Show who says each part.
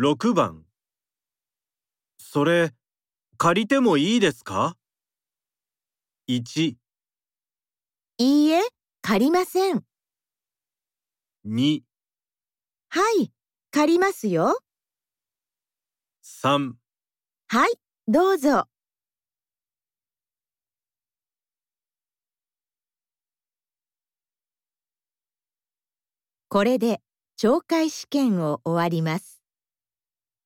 Speaker 1: 6番それ借りてもいいですか ?1、
Speaker 2: いいえ、借りません。
Speaker 1: 2、
Speaker 2: はい、借りますよ。
Speaker 1: 3
Speaker 2: はい、どうぞ。これで懲戒試験を終わります。